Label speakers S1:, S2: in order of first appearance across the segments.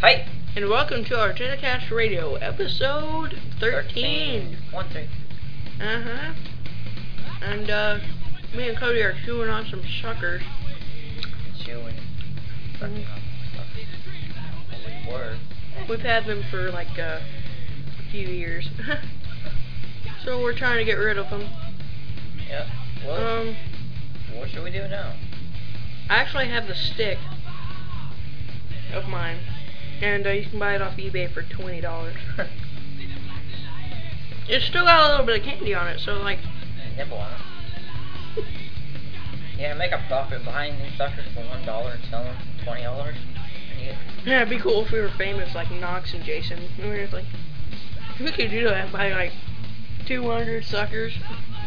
S1: Hi.
S2: And welcome to our Tindercast Radio, episode 13.
S1: One three.
S2: Uh huh. And, uh, me and Cody are chewing on some suckers.
S1: Chewing. Sucking on stuff. Word.
S2: We've had them for like uh, a few years. so we're trying to get rid of them.
S1: Yep. Well,
S2: Um,
S1: what should we do now?
S2: I actually have the stick of mine. And uh, you can buy it off eBay for $20. It's still got a little bit of candy on it, so like,
S1: Nibble on it. Yeah, make a profit buying these suckers for one dollar and selling them for twenty dollars.
S2: yeah, it'd be cool if we were famous like Knox and Jason. We were just like, we could do that by like 200 suckers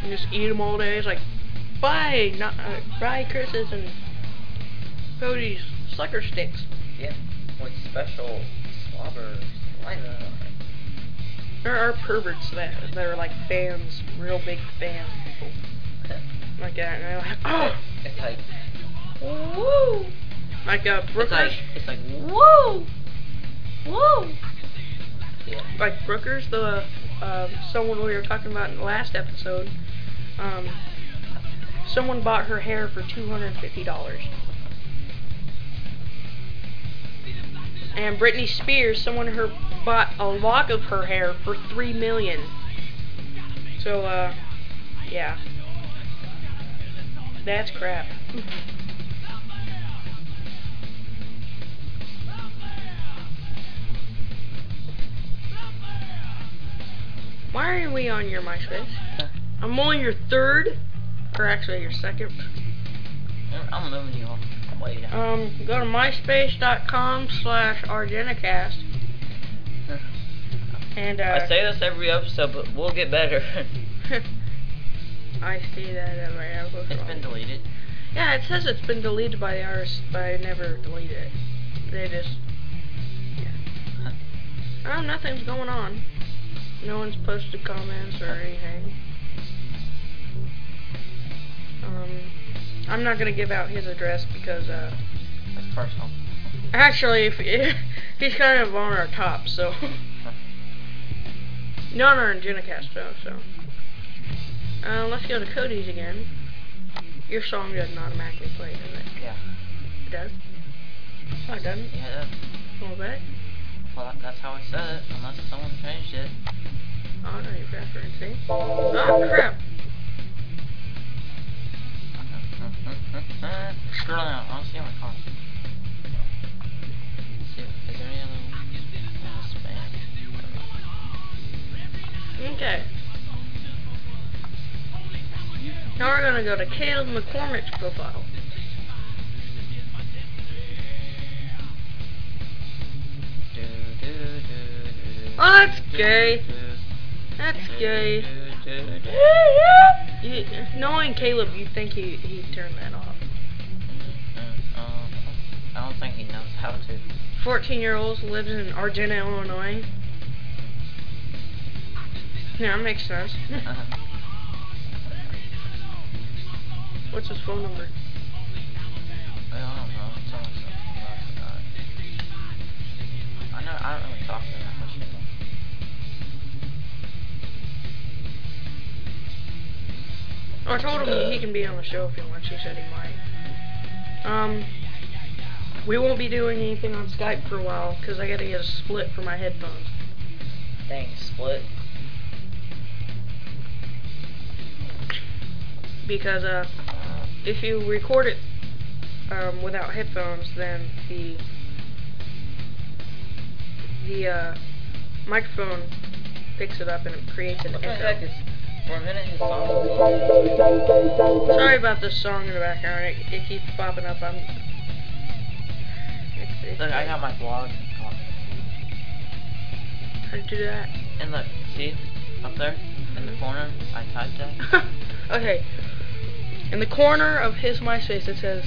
S2: and just eat them all day. It's like, buy, not, uh, buy Chris's and Cody's sucker sticks.
S1: Yeah. With special slobber saliva on it.
S2: There are perverts that that are like fans, real big fan people like that. And they're like, oh,
S1: It's like
S2: woo, like uh,
S1: it's like
S2: Brooker's,
S1: it's like
S2: woo, woo.
S1: yeah.
S2: like Brooker's the uh, someone we were talking about in the last episode. Um, someone bought her hair for two hundred and fifty dollars. And Britney Spears, someone her bought a lock of her hair for three million. So uh, yeah, that's crap. Why are we on your MySpace? I'm on your third, or actually your second.
S1: I'm moving you off way down.
S2: Um, go to myspace.com slash ardenicast. And, uh,
S1: I say this every episode, but we'll get better.
S2: I see that every episode.
S1: it's been deleted.
S2: Yeah, it says it's been deleted by the artist, but I never delete it. They just. Yeah. Oh, nothing's going on. No one's posted comments or anything. Um, I'm not gonna give out his address because, uh,
S1: That's personal.
S2: actually, if, he's kind of on our top, so. Not on our Genicast, though, so. Uh, let's go to Cody's again. Your song doesn't automatically play, does it?
S1: Yeah.
S2: It does. Oh, it doesn't.
S1: Yeah.
S2: Well, that.
S1: Well, that's how I said it, unless someone changed it.
S2: Oh, no, you're referencing. Oh, crap.
S1: Scroll down. I'll see my car. See, is there any other uh, spam?
S2: Okay. Now we're gonna go to Caleb McCormick's profile.
S1: Do, do, do, do,
S2: Oh, that's
S1: do,
S2: gay.
S1: do,
S2: That's
S1: do,
S2: gay.
S1: do, do, do.
S2: You, knowing Caleb, you'd think he he turned that off.
S1: Mm, um, I don't think he knows how to.
S2: 14 year old lives in Argenna, Illinois. Yeah, that makes sense. What's his phone number?
S1: I don't know. It's almost something I forgot. uh, I know. I don't really talk to him that much anymore.
S2: Oh, I told him he can be on the show if he wants. He said he might. Um, we won't be doing anything on Skype for a while because I gotta get a split for my headphones.
S1: Dang, split.
S2: Because uh, if you record it um, without headphones, then the the uh, microphone picks it up and it creates an
S1: What the heck
S2: echo.
S1: is? For a minute, his song was low.
S2: Sorry about this song in the background. It, it keeps popping up. I'm. It's, it's
S1: Look, I got my blog.
S2: How to do that?
S1: And look, see, up there in the corner, I typed that.
S2: okay. In the corner of his MySpace, it says,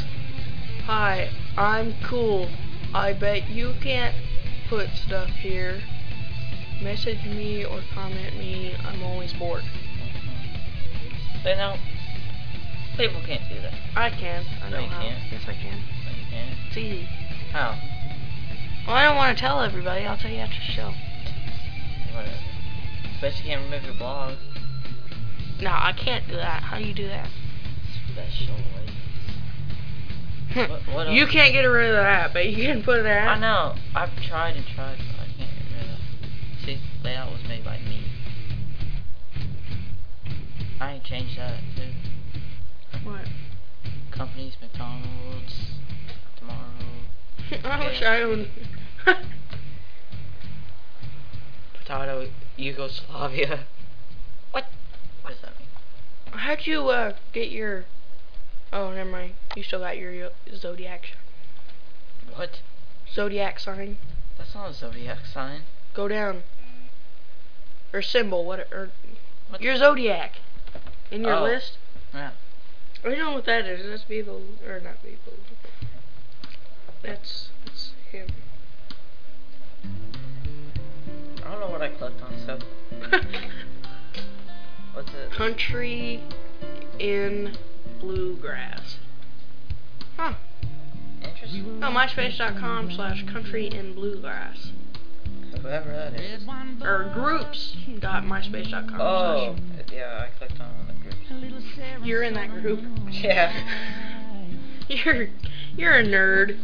S2: "Hi, I'm cool. I bet you can't put stuff here. Message me or comment me. I'm always bored.
S1: They know. People can't do that.
S2: I can. I
S1: No,
S2: know
S1: you
S2: how.
S1: can't.
S2: Yes, I can.
S1: They can't.
S2: It's easy.
S1: How?
S2: Well, I don't want to tell everybody. I'll tell you after the show.
S1: Whatever. Bet you can't remove your blog.
S2: No, I can't do that. How do you do that?
S1: Special ladies. What- what
S2: you
S1: else?
S2: can't get rid of that, but you can put that.
S1: I know. I've tried and tried, but I can't get rid of it. See, layout was made by me. I ain't changed that to
S2: What?
S1: companies, McDonald's, tomorrow.
S2: I wish I owned.
S1: Potato, Yugoslavia. What? What does that mean?
S2: How'd you uh get your? Oh, never mind. You still got your yo- zodiac
S1: What?
S2: zodiac sign.
S1: That's not a zodiac sign.
S2: Go down. Or symbol. What? Or
S1: What?
S2: your zodiac in your
S1: Oh.
S2: list.
S1: Yeah.
S2: I don't know what that is. That's Beeble or not Beeble. That's that's him.
S1: I don't know what I clicked on, so. What's it?
S2: Country in bluegrass. Huh.
S1: Interesting.
S2: Oh, myspace.com slash country in bluegrass.
S1: Whoever that is.
S2: Or groups.myspace.com
S1: Oh,
S2: slash.
S1: yeah, I clicked on the group.
S2: You're in that group.
S1: Yeah.
S2: You're you're a nerd.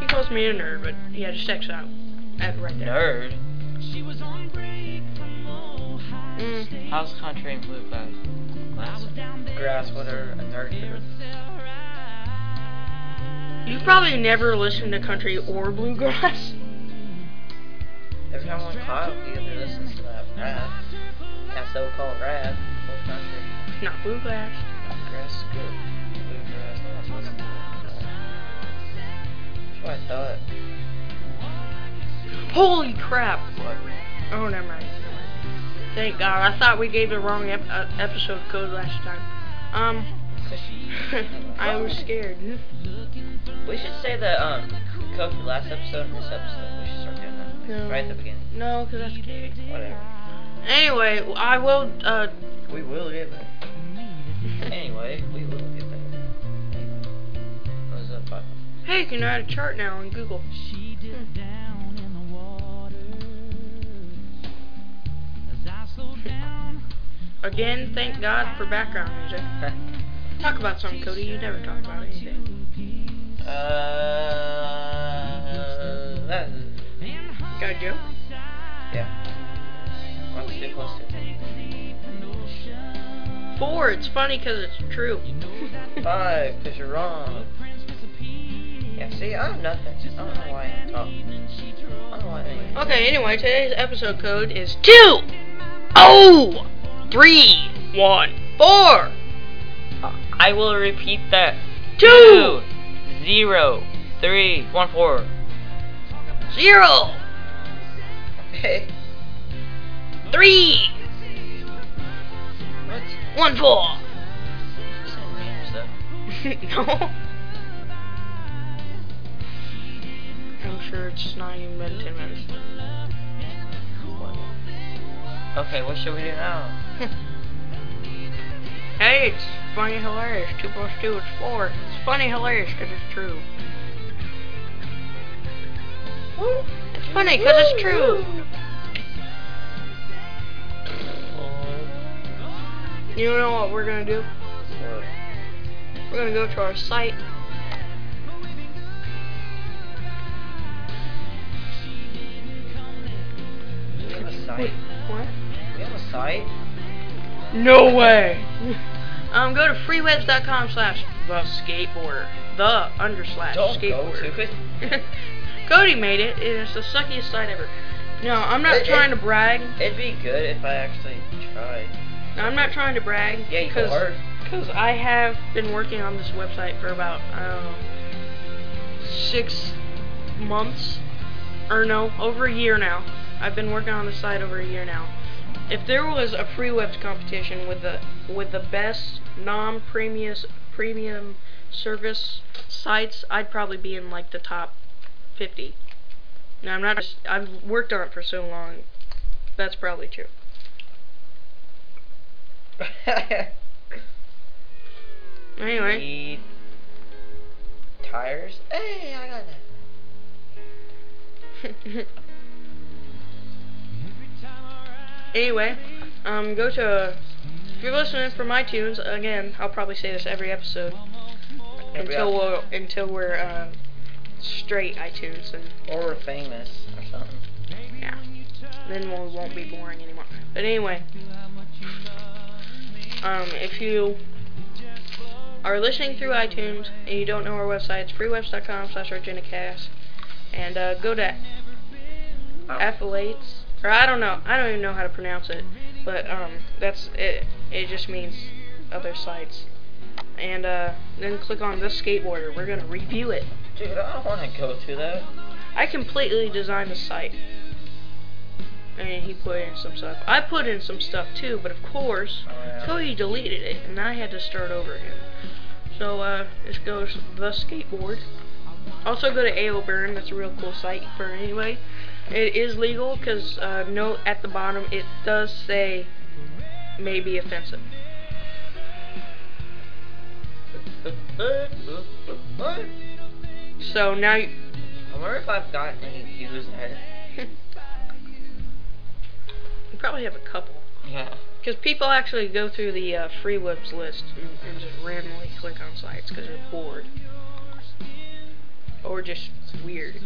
S2: He calls me a nerd, but yeah, just text out. At right there.
S1: Nerd.
S2: Mm.
S1: How's country and blue glass? Glass. Grass, whatever, a nerd could-
S2: You've probably never listened to country or bluegrass.
S1: Every time I'm caught, we either listen to that rap, that so called rap, or country.
S2: Not bluegrass.
S1: Grass is good. Blue grass, I'm not listening to that. That's what I thought.
S2: Holy crap!
S1: What?
S2: Oh, never mind. Thank God. I thought we gave the wrong ep- uh, episode code last time. Um, I was scared.
S1: We should say the um, code for last episode and this episode. We should start doing that.
S2: No.
S1: Right at the beginning.
S2: No, because that's gay.
S1: Whatever.
S2: Anyway, I will, uh,
S1: We will get there. Anyway, we will get there. Anyway. What was that about?
S2: hey, you can add a chart now on Google. Hmm.
S3: She dipped down in the water. As I slowed down,
S2: Again, thank God for background music. Talk about something, Cody. You never talk about anything.
S1: uh, that,
S2: Got a joke?
S1: yeah. Well, it's too close to it.
S2: Four. It's funny because it's true.
S1: Five, because you're wrong. Yeah, see, I'm nothing. I don't know why I talk. I don't know why I
S2: Okay, anyway, today's episode code is two oh three one four
S1: I will repeat that.
S2: two
S1: zero, three, one, four.
S2: zero
S1: Okay.
S2: three
S1: What?
S2: one four.
S1: You said names, though.
S2: no. I'm sure it's not even been ten minutes.
S1: Okay, what should we do now?
S2: Hey, it's funny hilarious. Two plus two is four. It's funny hilarious because it's true. It's funny because it's true. You know what we're gonna do? We're gonna go to our site.
S1: We have a site.
S2: What?
S1: We have a site.
S2: No way. um, go to freewebs.com slash the skateboarder. The under slash
S1: Don't go
S2: skateboarder.
S1: to it.
S2: Cody made it. It's the suckiest site ever. No, I'm not
S1: It- it-
S2: trying to brag.
S1: It'd be good if I actually tried.
S2: No, I'm not trying to brag.
S1: Yeah, you
S2: cause,
S1: are.
S2: 'cause I have been working on this website for about, I don't know, six months. Or no, over a year now. I've been working on this site over a year now. If there was a free webs competition with the with the best non premium premium service sites, I'd probably be in like the top fifty. Now I'm not just I've worked on it for so long. That's probably true. Anyway.
S1: Need tires. Hey, I got that.
S2: anyway, um, go to. If you're listening from iTunes, again, I'll probably say this every episode
S1: Every episode.
S2: until we're until we're uh, straight iTunes, and
S1: Or we're famous or something.
S2: yeah, then we won't be boring anymore. But anyway, um, if you are listening through iTunes and you don't know our website, it's freewebs.com/arginacast, and uh, go to
S1: I don't-
S2: affiliates, or I don't know, I don't even know how to pronounce it, but um, that's it. It just means other sites. And uh, then click on this skateboarder. We're gonna review it.
S1: Dude, I don't want to go to that.
S2: I completely designed the site. And he put in some stuff. I put in some stuff too, but of course,
S1: Oh, yeah.
S2: Cody deleted it, and I had to start over again. So, uh, this goes the skateboard. Also, go to AOBurn. That's a real cool site for anyway. It is legal because uh, note at the bottom it does say may be offensive.
S1: I
S2: So now, you,
S1: wonder if I've got any views there.
S2: you probably have a couple.
S1: Yeah.
S2: Because people actually go through the uh, free webs list and, and just randomly click on sites because they're bored. Or just weird.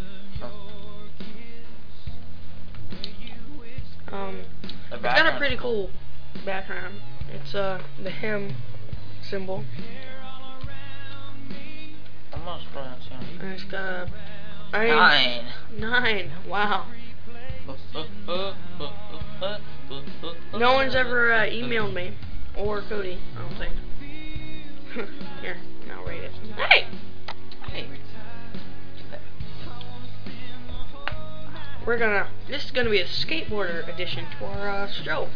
S2: Um,
S1: The
S2: it's got a pretty cool background. It's uh, the hymn symbol.
S1: Almost pronounced him.
S2: And it's got a
S1: Nine.
S2: Nine. Wow. No one's ever uh, emailed me or Cody. I don't think. Here, I'll read it. Hey,
S1: Hey.
S2: we're gonna. This is gonna be a skateboarder edition to our uh, show.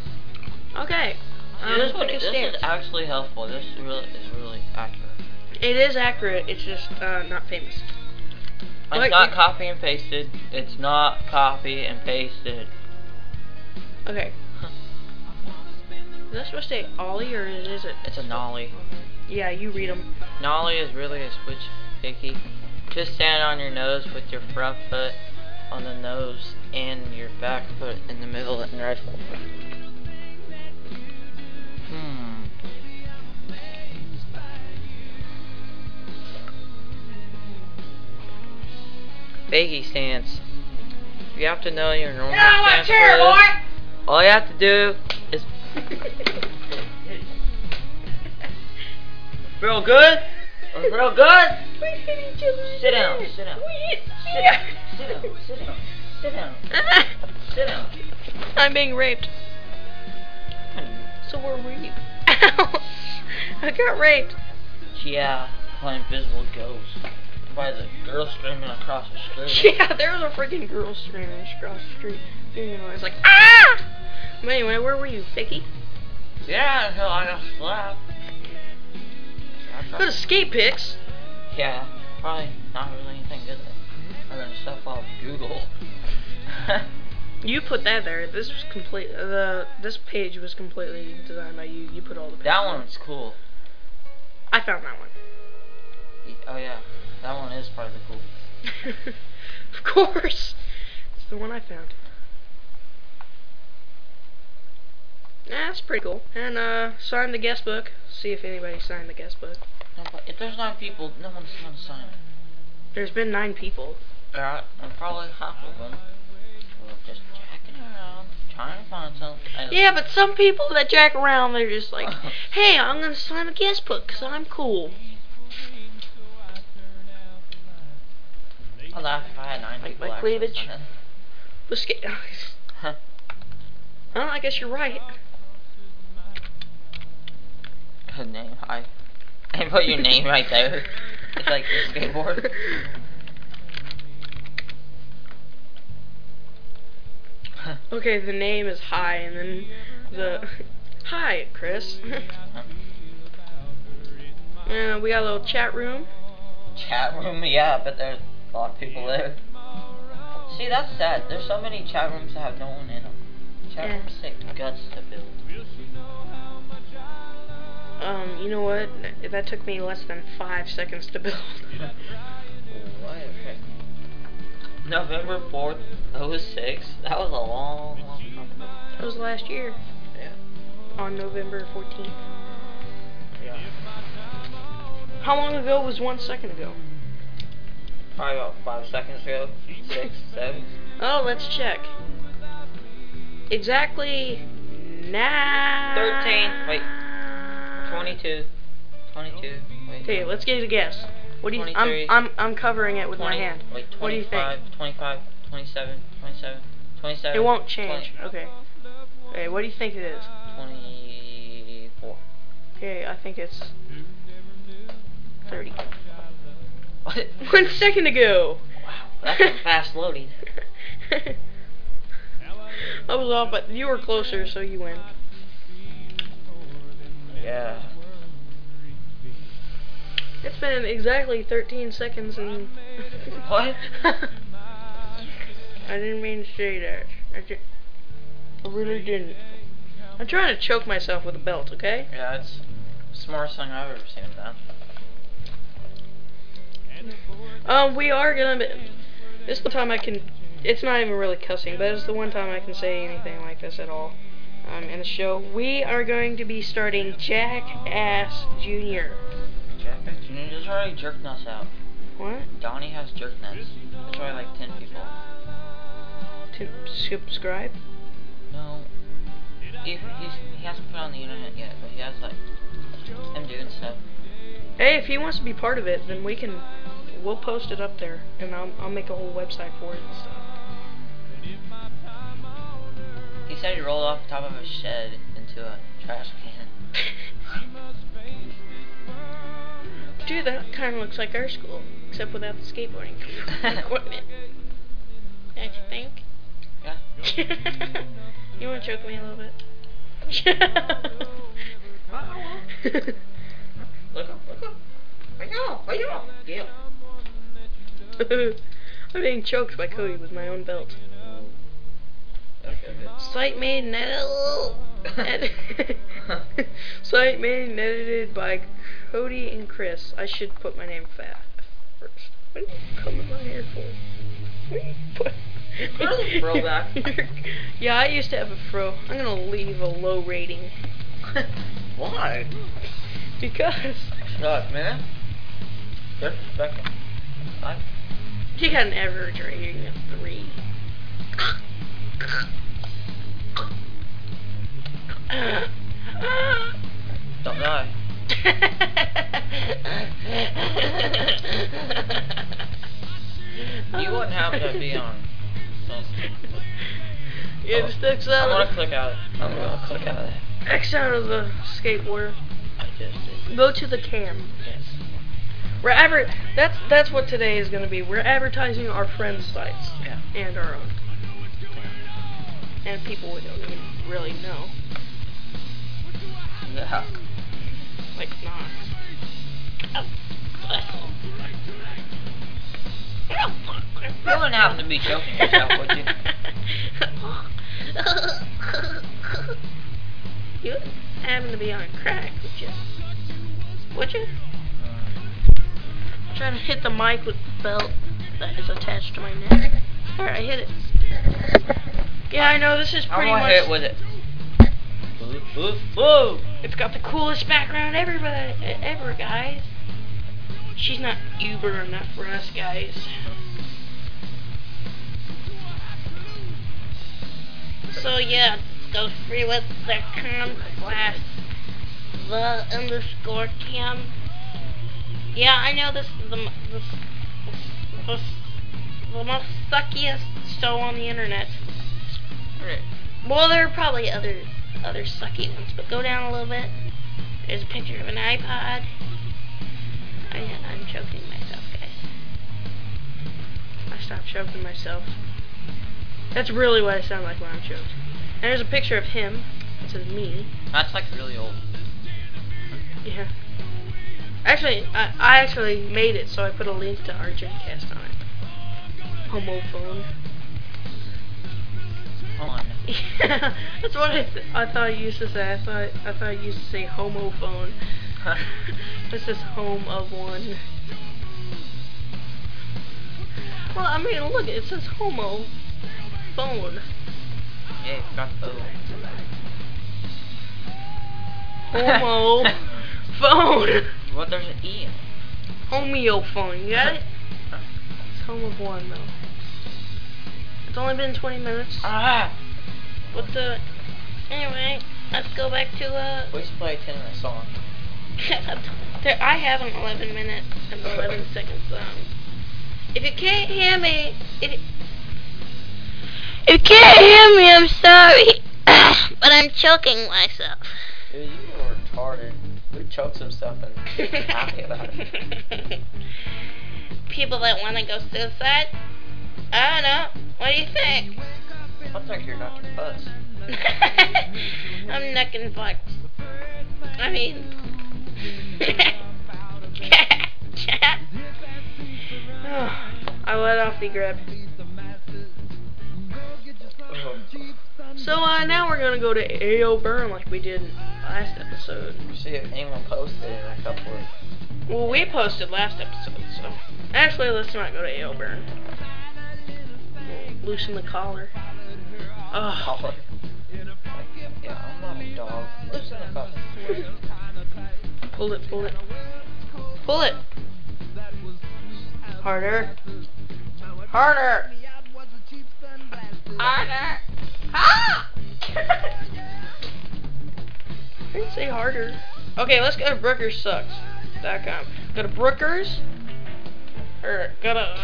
S2: Okay.
S1: See,
S2: um,
S1: this, one,
S2: pick a
S1: this is
S2: stance.
S1: actually helpful. This is really, is really accurate.
S2: It is accurate. It's just uh, not famous.
S1: It's
S2: Like-
S1: not copy and pasted. It's not copy and pasted.
S2: Okay. Is that supposed to say Ollie or is is it?
S1: It's a nollie.
S2: Yeah, you read them.
S1: Nollie is really a switch hickey. Just stand on your nose with your front foot on the nose and your back foot in the middle and right foot. Hmm. Baggy stance. You have to know your normal stance. first. All you have to do is feel good. Feel good.
S2: We hit each other. in
S1: Sit
S2: the
S1: down,
S2: head.
S1: sit down.
S2: We hit-
S1: Sit down. Sit down. Sit down. Sit down.
S2: I'm being raped. So where were you? Ow! I got raped.
S1: Yeah, playing Invisible Ghost by the girl screaming across the street.
S2: Yeah, there was a freaking girl screaming across the street. You know, I was like, ah! But anyway, where were you, Vicky?
S1: yeah, until I got slapped.
S2: Go to skate pics.
S1: Yeah, probably not really anything good. I'm gonna stuff off Google.
S2: You put that there. This was complete. The this page was completely designed by you. You put all the. Pictures.
S1: that one's cool.
S2: I found that one.
S1: Y- Oh yeah, that one is probably cool.
S2: of course. It's the one I found. Yeah, that's pretty cool. And uh sign the guest book. See if anybody signed the guest book.
S1: No, but if there's nine people, no one's gonna sign it.
S2: There's been nine people.
S1: Yeah, and probably half of them were just jacking around, trying to find something. And-
S2: Yeah, but some people that jack around, they're just like, hey, I'm gonna sign the guest book 'cause I'm cool.
S1: I laugh if I had nine
S2: Like
S1: people.
S2: my
S1: actually
S2: cleavage?
S1: sign
S2: The ska-
S1: it.
S2: well, I guess you're right.
S1: Her name, hi. And put your name right there. It's like your skateboard.
S2: Okay, the name is Hi, and then the Hi, Chris. uh, we got a little chat room.
S1: chat room, yeah, but there's a lot of people there. See, that's sad. There's so many chat rooms that have no one in them. Chat
S2: Yeah.
S1: rooms take guts to build.
S2: Um, you know what? That took me less than five seconds to build.
S1: What? November 4th, 06. That was a long, long time ago.
S2: That was last year
S1: Yeah.
S2: on November 14th.
S1: Yeah.
S2: How long ago was one second ago?
S1: Probably about five seconds ago. Six, seven.
S2: Oh, let's check. Exactly now.
S1: 13, wait. 22. 22. Wait.
S2: Okay, let's get a guess. What do you? I'm
S1: 23.
S2: I'm I'm covering it with my
S1: 20
S2: hand.
S1: Wait,
S2: What do you think?
S1: 25, 25, 27, 27, 27.
S2: It won't change.
S1: 20,
S2: Okay. Okay, what do you think it is?
S1: oh, 24.
S2: Okay, I think it's
S1: Hmm?
S2: 30.
S1: What?
S2: One second ago.
S1: Wow, that's some fast loading.
S2: I was off, but you were closer, so you win.
S1: Yeah.
S2: It's been exactly 13 seconds and.
S1: What?
S2: I didn't mean to say that. I, ju- I really didn't. I'm trying to choke myself with a belt, okay?
S1: Yeah, it's the smartest thing I've ever seen done.
S2: Um, we are gonna. be- This is the time I can. It's not even really cussing, but it's the one time I can say anything like this at all. Um, in the show, we are going to be starting Jackass Junior.
S1: Jackass Jr. There's already jerk nuts out.
S2: What?
S1: Donnie has jerk nuts. There's already like 10 people.
S2: To subscribe?
S1: No. If he's, he hasn't put it on the internet yet, but he has like him doing stuff.
S2: Hey, if he wants to be part of it, then we can. We'll post it up there, and I'll, I'll make a whole website for it and stuff.
S1: He said he rolled off the top of a shed into a trash can.
S2: Dude, that kind of looks like our school, except without the skateboarding equipment. Don't you think?
S1: Yeah.
S2: you want to choke me a little Oh, bit?
S1: Look up, look up. Wake up, wake up. Yeah.
S2: I'm being choked by Cody with my own belt.
S1: Okay, good.
S2: Site made and edited. Site made and edited by Cody and Chris. I should put my name fat first. What are you coming on here for? What are you put?
S1: Throw the fro back.
S2: yeah, I used to have a fro. I'm gonna leave a low rating
S1: Why?
S2: because
S1: Shut up, man. They're respecting. I,
S2: you got an average rating of three.
S1: don't know. You wouldn't have that be on.
S2: Yeah,
S1: Oh,
S2: just X
S1: I'm
S2: out
S1: gonna
S2: of
S1: click out of it. I'm gonna click out of it.
S2: X out of the skateboarder.
S1: I just did.
S2: Go to the cam.
S1: Yes.
S2: We're adver- that's that's what today is gonna be. We're advertising our friends' sites
S1: Yeah.
S2: and our own. And people we don't even really know.
S1: Yeah.
S2: Like not.
S1: You wouldn't have to be choking yourself, would you?
S2: you wouldn't happen to be on crack, would you? Would you?
S1: Mm.
S2: I'm trying to hit the mic with the belt that is attached to my neck. Alright, I hit it. Yeah, I know, this is
S1: I'm
S2: pretty
S1: gonna
S2: much...
S1: hit it with it. Boop, boop, boop.
S2: It's got the coolest background everybody, ever, guys. She's not uber enough for us, guys. So yeah, go free with the com slash the underscore cam. Yeah, I know this is the m- this, this, this the most suckiest show on the internet.
S1: Alright.
S2: Well, there are probably other other sucky ones, but go down a little bit. There's a picture of an iPod. I, I'm choking myself, guys. I stopped choking myself. That's really what I sound like when I'm choked. And there's a picture of him. It says me.
S1: That's like really old.
S2: Yeah. Actually, I, I actually made it, so I put a link to our Cast on it. Homophone.
S1: Hold on.
S2: That's what I, th- I thought you used to say. I thought I thought you used to say homophone. this is home of one. Well, I mean, look, it says homo phone.
S1: Yeah, it's got the
S2: Homo phone.
S1: Well, there's an E in it.
S2: Homeophone, you got it? It's home of one, though. It's only been 20 minutes.
S1: Ah!
S2: What the? Anyway, let's go back to, uh.
S1: We should play a 10 minute song.
S2: there, I have an 11 minute and 11 second song. um, If you can't hear me, it. If you can't hear me, I'm sorry. but I'm choking myself.
S1: Dude, you are retarded. Luke chokes himself and happy about it.
S2: People that want to go suicide? I don't know. What do you think?
S1: I'm like you're not your bus.
S2: I'm necking bucks. I mean. I let off the grip. So uh, now we're gonna go to AO Burn like we did last episode.
S1: See if anyone posted it in a couple of
S2: Well, we posted last episode, so actually let's not go to AO Burn. We'll loosen the collar. Ugh.
S1: hours. Yeah, I'm not a dog. Listen to us.
S2: Pull it, pull it. Pull it. Harder. Harder. Harder. Ah! I didn't say harder. Okay, let's go to brookersucks.com. Go to Brookers. Or go to.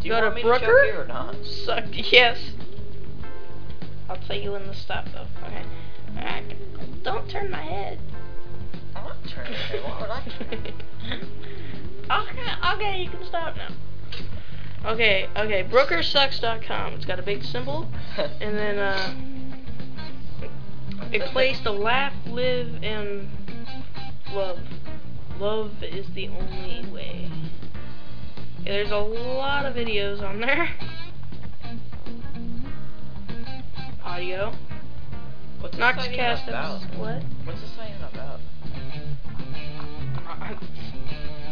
S1: Do you
S2: Go to
S1: want me to
S2: Brooker?
S1: choke you or not?
S2: Sucked, yes. I'll tell you when to stop though. Okay. Alright. Don't turn my head.
S1: I'm not turning it. away. Why would I?
S2: okay, okay, you can stop now. Okay, okay, brokersucks.com. It's got a big symbol, and then uh, it plays the laugh, live, and love. Love is the only way. Yeah, there's a lot of videos on there. Audio.
S1: What's this site even
S2: Noxcast
S1: about?
S2: episode. What?
S1: What's this site even about?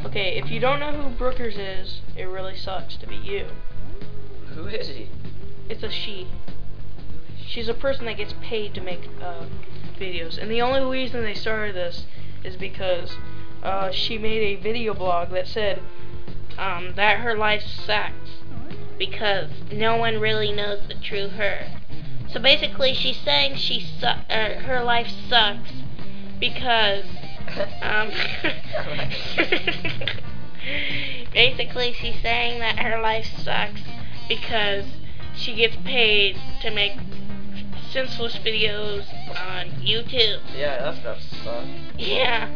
S2: Okay, if you don't know who Brookers is, it really sucks to be you.
S1: Who is he?
S2: It's a she. She's a person that gets paid to make uh, videos, and the only reason they started this is because uh, she made a video blog that said um, that her life sucks because no one really knows the true her. So basically, she's saying she su- er, her life sucks because um, basically, she's saying that her life sucks because she gets paid to make senseless videos on YouTube.
S1: yeah, that's about to suck.
S2: Yeah,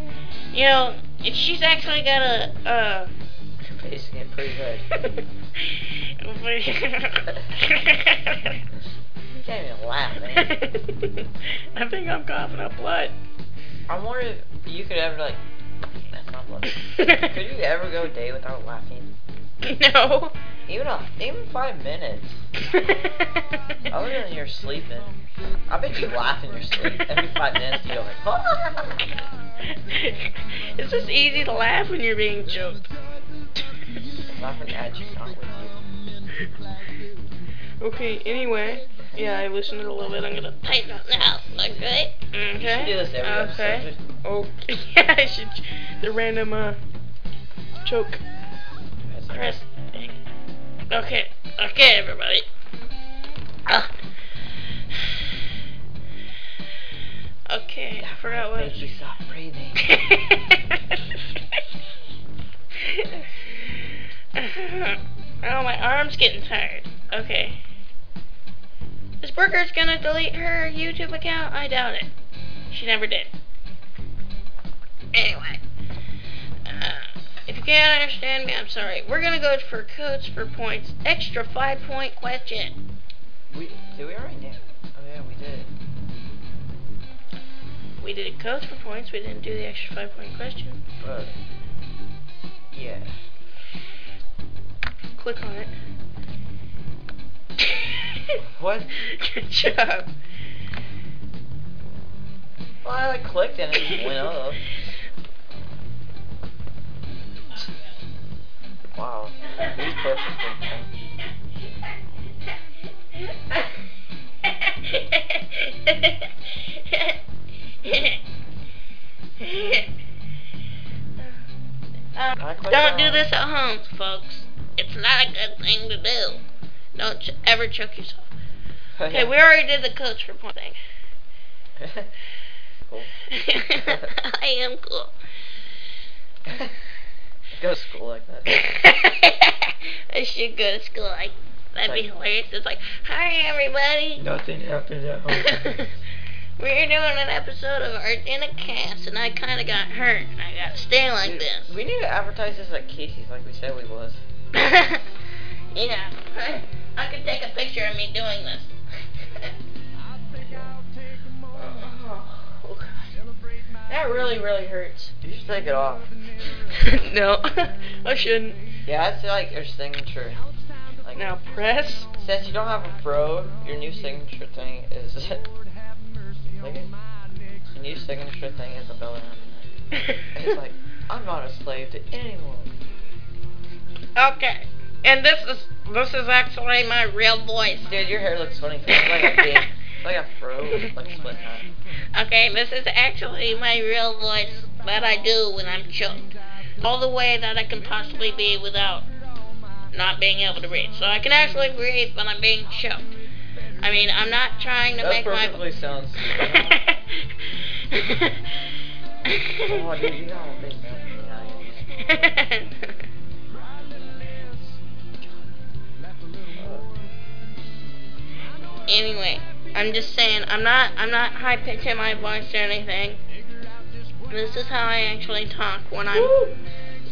S2: you know, and she's actually got a. Uh,
S1: You're pacing it pretty good. You can't even laugh, man.
S2: I think I'm coughing up blood.
S1: I wonder if you could ever like. That's not blood. could you ever go a day without laughing?
S2: no.
S1: Even a, even five minutes. Other than you're sleeping. I bet you laugh in your sleep. Every five minutes you're like,
S2: it's just easy to laugh when you're being choked.
S1: laughing at you, not with you.
S2: Okay, anyway. Yeah, I listened to it a little bit. I'm gonna tighten up now. Okay? Okay.
S1: You should do this every
S2: okay.
S1: episode.
S2: Oh, yeah, I should. The random, uh, choke.
S1: That's not-
S2: Chris. Okay, okay, everybody. Ah. Okay, I forgot what.
S1: Make you stop breathing.
S2: oh, my arm's getting tired. Okay. Is Brooker's gonna delete her YouTube account? I doubt it. She never did. Anyway. Uh, if you can't understand me, I'm sorry. We're gonna go for codes for points. Extra five point question.
S1: We did we already know? Oh yeah, we did.
S2: We did codes for points, we didn't do the extra five point question.
S1: But yeah.
S2: Click on it.
S1: What?
S2: Good job.
S1: Well, I like clicked and it went up. Wow. He's perfectly fine.
S2: Um,
S1: I click
S2: don't do
S1: on-
S2: this at home, folks. It's not a good thing to do. Don't ch- ever choke yourself. Okay, we already did the coach for one thing.
S1: cool.
S2: I am cool.
S1: Go to school like that.
S2: I should go to school. Like that'd be
S1: Like-
S2: hilarious. It's like, hi everybody.
S1: Nothing happens at
S2: We're doing an episode of Argentina Cast, and I kind of got hurt. and I got to stay like this.
S1: We need to advertise this at Casey's like we said we was.
S2: yeah, I, I could take a picture of me doing this.
S4: Oh, God. That really, really hurts.
S1: You should take it off.
S4: no, I shouldn't.
S1: Yeah, that's like your signature. Like
S4: Now press.
S1: Since you don't have a pro, your new signature thing is like your new signature thing is a belly rub. It's like I'm not a slave to anyone.
S2: okay, and this is this is actually my real voice.
S1: Dude, your hair looks funny. 'cause It's like a big, like a fro, with, like split hat.
S2: Okay, this is actually my real voice that I do when I'm choked. All the way that I can possibly be without not being able to breathe. So I can actually breathe, but I'm being choked. I mean, I'm not trying to
S1: That
S2: make my.
S1: perfectly sounds. oh, dude, you don't think that.
S2: anyway, I'm just saying, I'm not, I'm not high pitching my voice or anything. This is how I actually talk when I'm,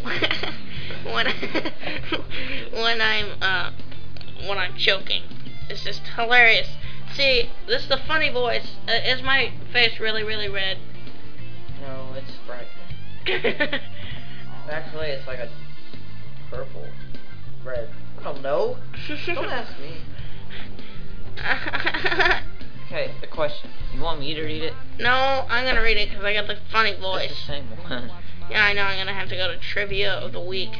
S2: when, when I'm, uh, when I'm choking. It's just hilarious. See, this is the funny voice. Uh, is my face really, really red?
S1: No, it's bright. Actually, it's like a purple, red. I don't know. Don't ask me. Okay, the question. You want me to read it?
S2: no, I'm gonna read it because I got the funny
S1: It's
S2: voice.
S1: the same one.
S2: Yeah, I know. I'm gonna have to go to trivia of the week.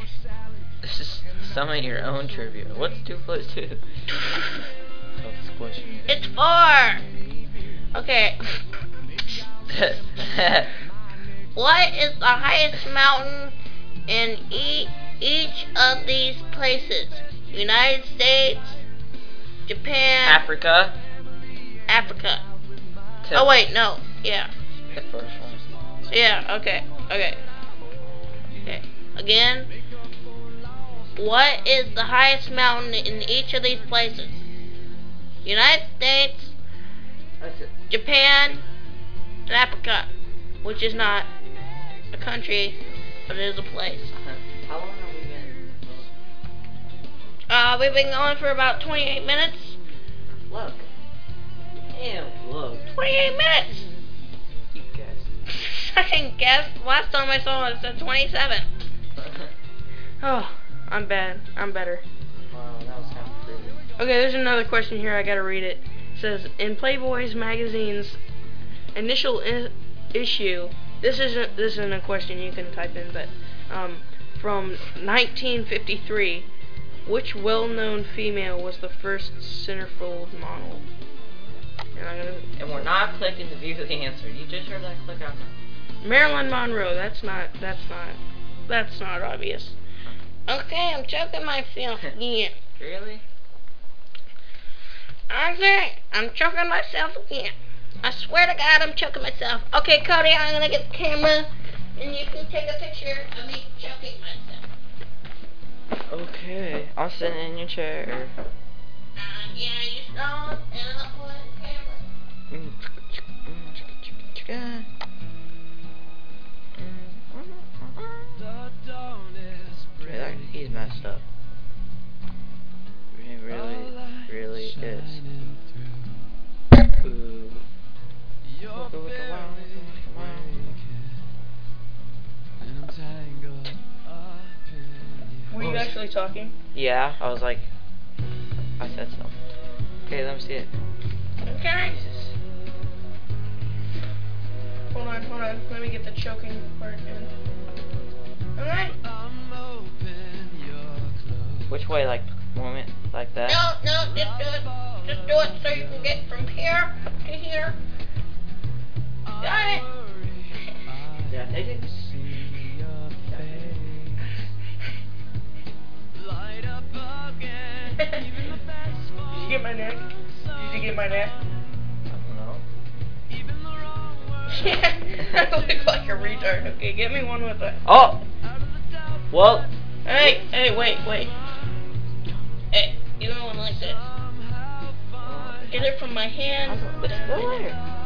S1: This is some of your own trivia. What's two plus two? Oh, this question.
S2: It's four. Okay. what is the highest mountain in e- each of these places? United States, Japan,
S1: Africa.
S2: Africa.
S1: to
S2: Oh wait, no. Yeah.
S1: The first one.
S2: Yeah, okay, okay. Okay, again. What is the highest mountain in each of these places? United States,
S1: That's it.
S2: Japan, and Africa, which is not a country, but it is a place.
S1: How long have we been?
S2: Uh, we've been going for about 28 minutes.
S1: Look. Damn, look.
S2: 28 minutes!
S1: You guys.
S2: I didn't guess. Last time I saw it, it said 27.
S4: Oh, I'm bad. I'm better.
S1: wow, that was kind of creepy.
S4: Okay, there's another question here. I gotta read it. It says in Playboy's magazine's initial I- issue. This isn't this isn't a question you can type in, but um, from 1953, which well-known female was the first centerfold model? And I'm gonna
S1: And we're not clicking to view the answer. You just heard that click out now.
S4: Marilyn Monroe. That's not that's not that's not obvious.
S2: Okay, I'm choking myself again.
S1: Really?
S2: Okay, I'm choking myself again. I swear to God, I'm choking myself. Okay, Cody, I'm gonna get the camera, and you can take a picture of me choking myself.
S1: Okay. I'm sitting in your chair.
S2: Um, yeah, you stole it, and I'll put it in the camera.
S5: The dawn is
S1: He's messed up. He really, really is. Ooh. Wicka, wicka, wow, wicka, wicka, wow.
S4: Were you actually talking?
S1: Yeah, I was like, I said something. Okay, let me see it.
S2: Okay.
S1: Jesus.
S4: Hold on, hold on. Let me get the choking part in.
S2: Alright.
S5: I'm open, your
S6: Which way, like, moment, like that?
S2: No, no, just do it. Just do it so you can get from here to here. Got it.
S6: Yeah, they did.
S1: Light up again. Even the best
S7: Did you get my neck? Did you get my neck?
S6: I don't know.
S1: even the wrong words
S7: Yeah, I look like a retard. Okay, get me one with that.
S6: Oh!
S1: out of the doubt.
S6: Well,
S7: Hey, hey, wait, wait.
S2: Hey, you don't want to like this.
S1: Somehow find
S2: Get it from my hand.
S6: it's still there.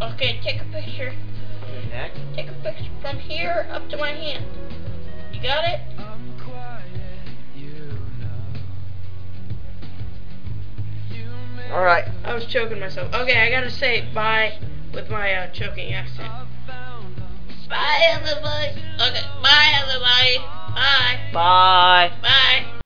S2: Okay, take a picture.
S6: Your neck?
S2: Take a picture from here up to my hand. You got it?
S1: I'm quiet, you know. You make
S6: Alright.
S7: I was choking myself. Okay, I gotta say bye with my uh, choking accent.
S1: I've found them.
S2: Bye, everybody. Okay, bye, everybody. Bye.
S6: Bye.